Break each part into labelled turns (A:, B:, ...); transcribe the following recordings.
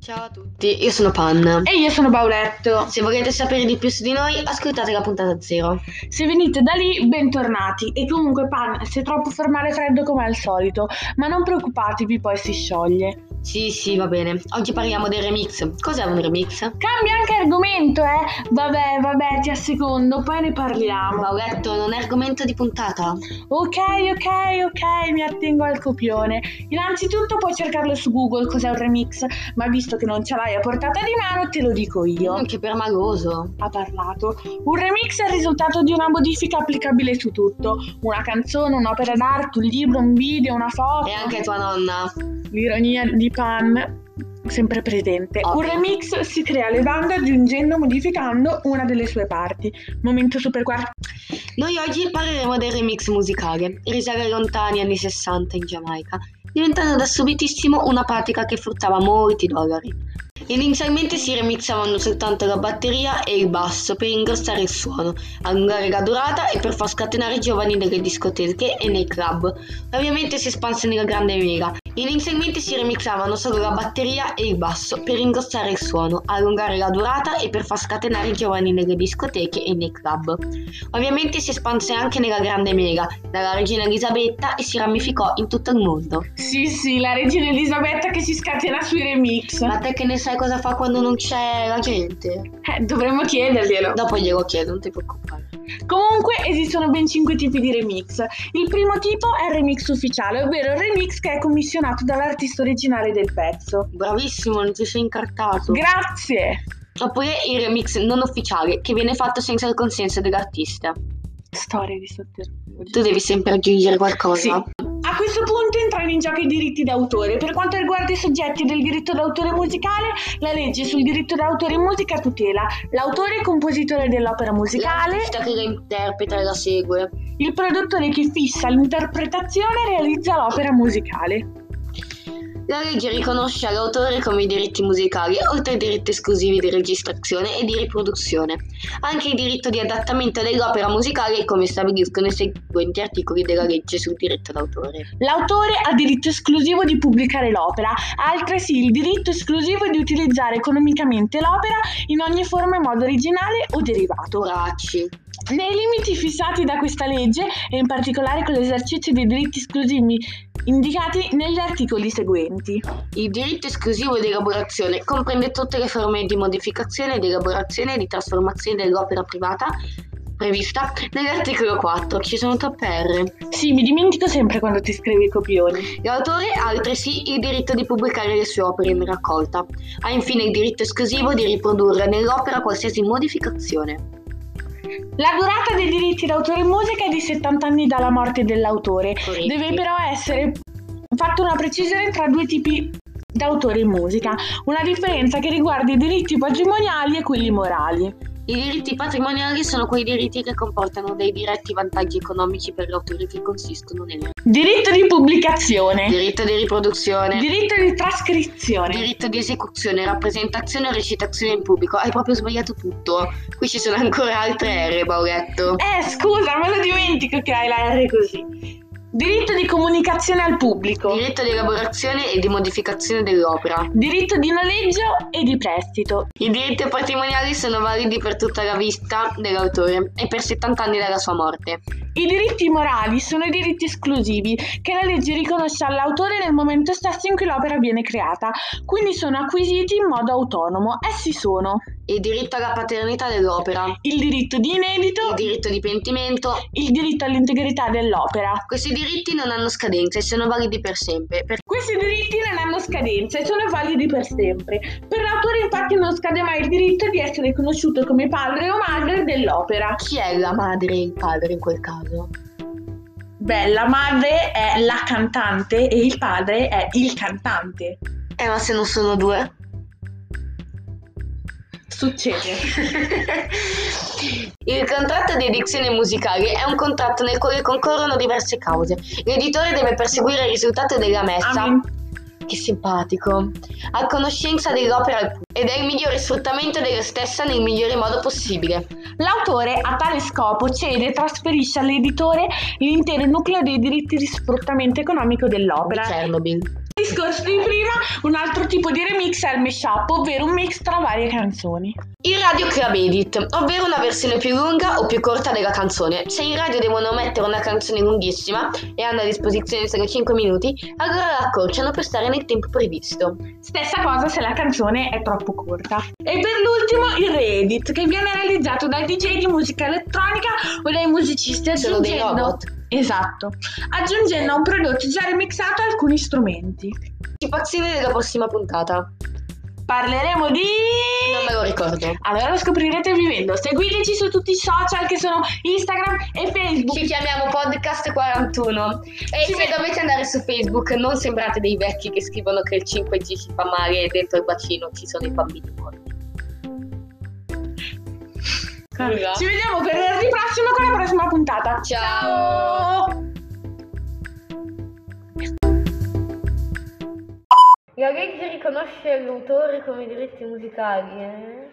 A: Ciao a tutti, io sono Panna.
B: E io sono Paoletto.
A: Se volete sapere di più su di noi, ascoltate la puntata zero.
B: Se venite da lì, bentornati. E comunque, Pan, se troppo fermare freddo come al solito, ma non preoccupatevi, poi si scioglie.
A: Sì, sì, va bene. Oggi parliamo dei remix. Cos'è un remix?
B: Cambia anche argomento, eh? Vabbè, vabbè, ti assecondo, poi ne parliamo.
A: Mauretto, non è argomento di puntata.
B: Ok, ok, ok, mi attengo al copione. Innanzitutto puoi cercarlo su Google cos'è un remix, ma visto che non ce l'hai a portata di mano, te lo dico io.
A: Anche per maloso.
B: Ha parlato. Un remix è il risultato di una modifica applicabile su tutto. Una canzone, un'opera d'arte, un libro, un video, una foto.
A: E anche tua nonna.
B: L'ironia di Pan sempre presente.
A: Ovvio.
B: Un remix si crea levando, aggiungendo, modificando una delle sue parti. Momento super quarto.
A: Noi oggi parleremo del remix musicale, risale ai lontani anni 60 in Giamaica, diventando da subitissimo una pratica che fruttava molti dollari. Inizialmente si remixavano soltanto la batteria e il basso per ingrossare il suono, allungare la durata e per far scatenare i giovani nelle discoteche e nei club. Ovviamente si espanse nella grande mela. Inizialmente si remixavano solo la batteria e il basso per ingrossare il suono, allungare la durata e per far scatenare i giovani nelle discoteche e nei club. Ovviamente si espanse anche nella grande mela, dalla regina Elisabetta e si ramificò in tutto il mondo.
B: Sì, sì, la regina Elisabetta che si scatena sui remix.
A: Ma te che ne sai cosa fa quando non c'è la gente?
B: Eh, dovremmo chiederglielo.
A: Dopo glielo chiedo, non ti preoccupare.
B: Comunque esistono ben 5 tipi di remix. Il primo tipo è il remix ufficiale, ovvero il remix che è commissionato dall'artista originale del pezzo.
A: Bravissimo, non ti sei incartato.
B: Grazie!
A: Oppure il remix non ufficiale, che viene fatto senza il consenso dell'artista.
B: Storie di sotterfugio.
A: Tu devi sempre aggiungere qualcosa.
B: Sì. A questo punto entrano in gioco i diritti d'autore. Per quanto riguarda i soggetti del diritto d'autore musicale, la legge sul diritto d'autore in musica tutela l'autore e compositore dell'opera musicale,
A: L'artista che la interpreta e la segue.
B: il produttore che fissa l'interpretazione e realizza l'opera musicale.
A: La legge riconosce all'autore come i diritti musicali, oltre ai diritti esclusivi di registrazione e di riproduzione, anche il diritto di adattamento dell'opera musicale come stabiliscono i seguenti articoli della legge sul diritto d'autore.
B: L'autore ha diritto esclusivo di pubblicare l'opera, ha altresì il diritto esclusivo di utilizzare economicamente l'opera in ogni forma e modo originale o derivato.
A: Toracci.
B: Nei limiti fissati da questa legge e in particolare con l'esercizio dei diritti esclusivi indicati negli articoli seguenti.
A: Il diritto esclusivo di elaborazione comprende tutte le forme di modificazione, di elaborazione e di trasformazione dell'opera privata prevista nell'articolo 4. Ci sono troppe R.
B: Sì, mi dimentico sempre quando ti scrivi i copioni.
A: L'autore ha altresì il diritto di pubblicare le sue opere in raccolta. Ha infine il diritto esclusivo di riprodurre nell'opera qualsiasi modificazione.
B: La durata dei diritti d'autore in musica è di 70 anni dalla morte dell'autore. Deve però essere fatta una precisione tra due tipi d'autore in musica, una differenza che riguarda i diritti patrimoniali e quelli morali.
A: I diritti patrimoniali sono quei diritti che comportano dei diretti vantaggi economici per l'autore che consistono nel
B: Diritto di pubblicazione,
A: diritto di riproduzione,
B: diritto di trascrizione,
A: diritto di esecuzione, rappresentazione o recitazione in pubblico. Hai proprio sbagliato tutto. Qui ci sono ancora altre R, Bauretto.
B: Eh, scusa, me lo dimentico che hai la R così. Diritto di comunicazione al pubblico,
A: Diritto di elaborazione e di modificazione dell'opera.
B: diritto di noleggio e di prestito,
A: I diritti patrimoniali sono validi per tutta la vita dell'autore e per 70 anni dalla sua morte.
B: I diritti morali sono i diritti esclusivi che la legge riconosce all'autore nel momento stesso in cui l'opera viene creata, quindi sono acquisiti in modo autonomo. Essi sono
A: Il diritto alla paternità dell'opera,
B: il diritto di inedito,
A: il diritto di pentimento.
B: il diritto all'integrità dell'opera.
A: Questi diritti non hanno scadenza e sono validi per sempre. Per-
B: Questi diritti non hanno scadenza e sono validi per sempre. Per l'autore infatti non scade mai il diritto di essere conosciuto come padre o madre dell'opera.
A: Chi è la madre e il padre in quel caso?
B: Beh, la madre è la cantante e il padre è il cantante.
A: Eh, ma se non sono due?
B: Succede.
A: Il contratto di edizione musicale è un contratto nel quale concorrono diverse cause. L'editore deve perseguire il risultato della messa.
B: Amen.
A: Che simpatico. A conoscenza dell'opera al pubblico ed è il migliore sfruttamento della stessa nel migliore modo possibile.
B: L'autore a tale scopo cede e trasferisce all'editore l'intero nucleo dei diritti di sfruttamento economico dell'opera.
A: Chernobyl.
B: discorso di prima, un altro tipo di remix è il mashup, ovvero un mix tra varie canzoni.
A: Il radio club edit, ovvero una versione più lunga o più corta della canzone. Se in radio devono mettere una canzone lunghissima e hanno a disposizione solo 5 minuti, allora la accorciano per stare nel tempo previsto.
B: Stessa cosa se la canzone è troppo corta. E per l'ultimo il re-edit, che viene realizzato dai DJ di musica elettronica o dai musicisti
A: Sono dei
B: aggiungendo...
A: robot.
B: Esatto, aggiungendo a un prodotto già remixato alcuni strumenti.
A: Anticipazione della prossima puntata.
B: Parleremo di...
A: Non me lo ricordo.
B: Allora lo scoprirete vivendo. Seguiteci su tutti i social che sono Instagram e Facebook.
A: Ci chiamiamo Podcast 41 e
B: Ci
A: se
B: ve-
A: dovete andare su Facebook non sembrate dei vecchi che scrivono che il 5G ci fa male e dentro il bacino ci sono i bambini morti. Scusa.
B: Ci vediamo per venerdì prossimo con la prossima puntata.
A: Ciao.
B: Ciao.
C: La legge riconosce l'autore come diritti musicali. Eh?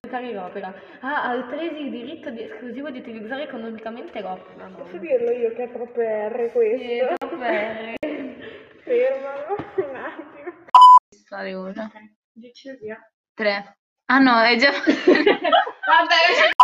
C: Cantare l'opera. Ha altresì il diritto di- esclusivo di utilizzare economicamente l'opera.
D: Posso dirlo io che è proprio R questo?
C: Eh, troppo bene.
D: Fermalo un attimo.
E: fare una.
D: Dice via.
E: Tre. Ah no, è già...
D: Vabbè.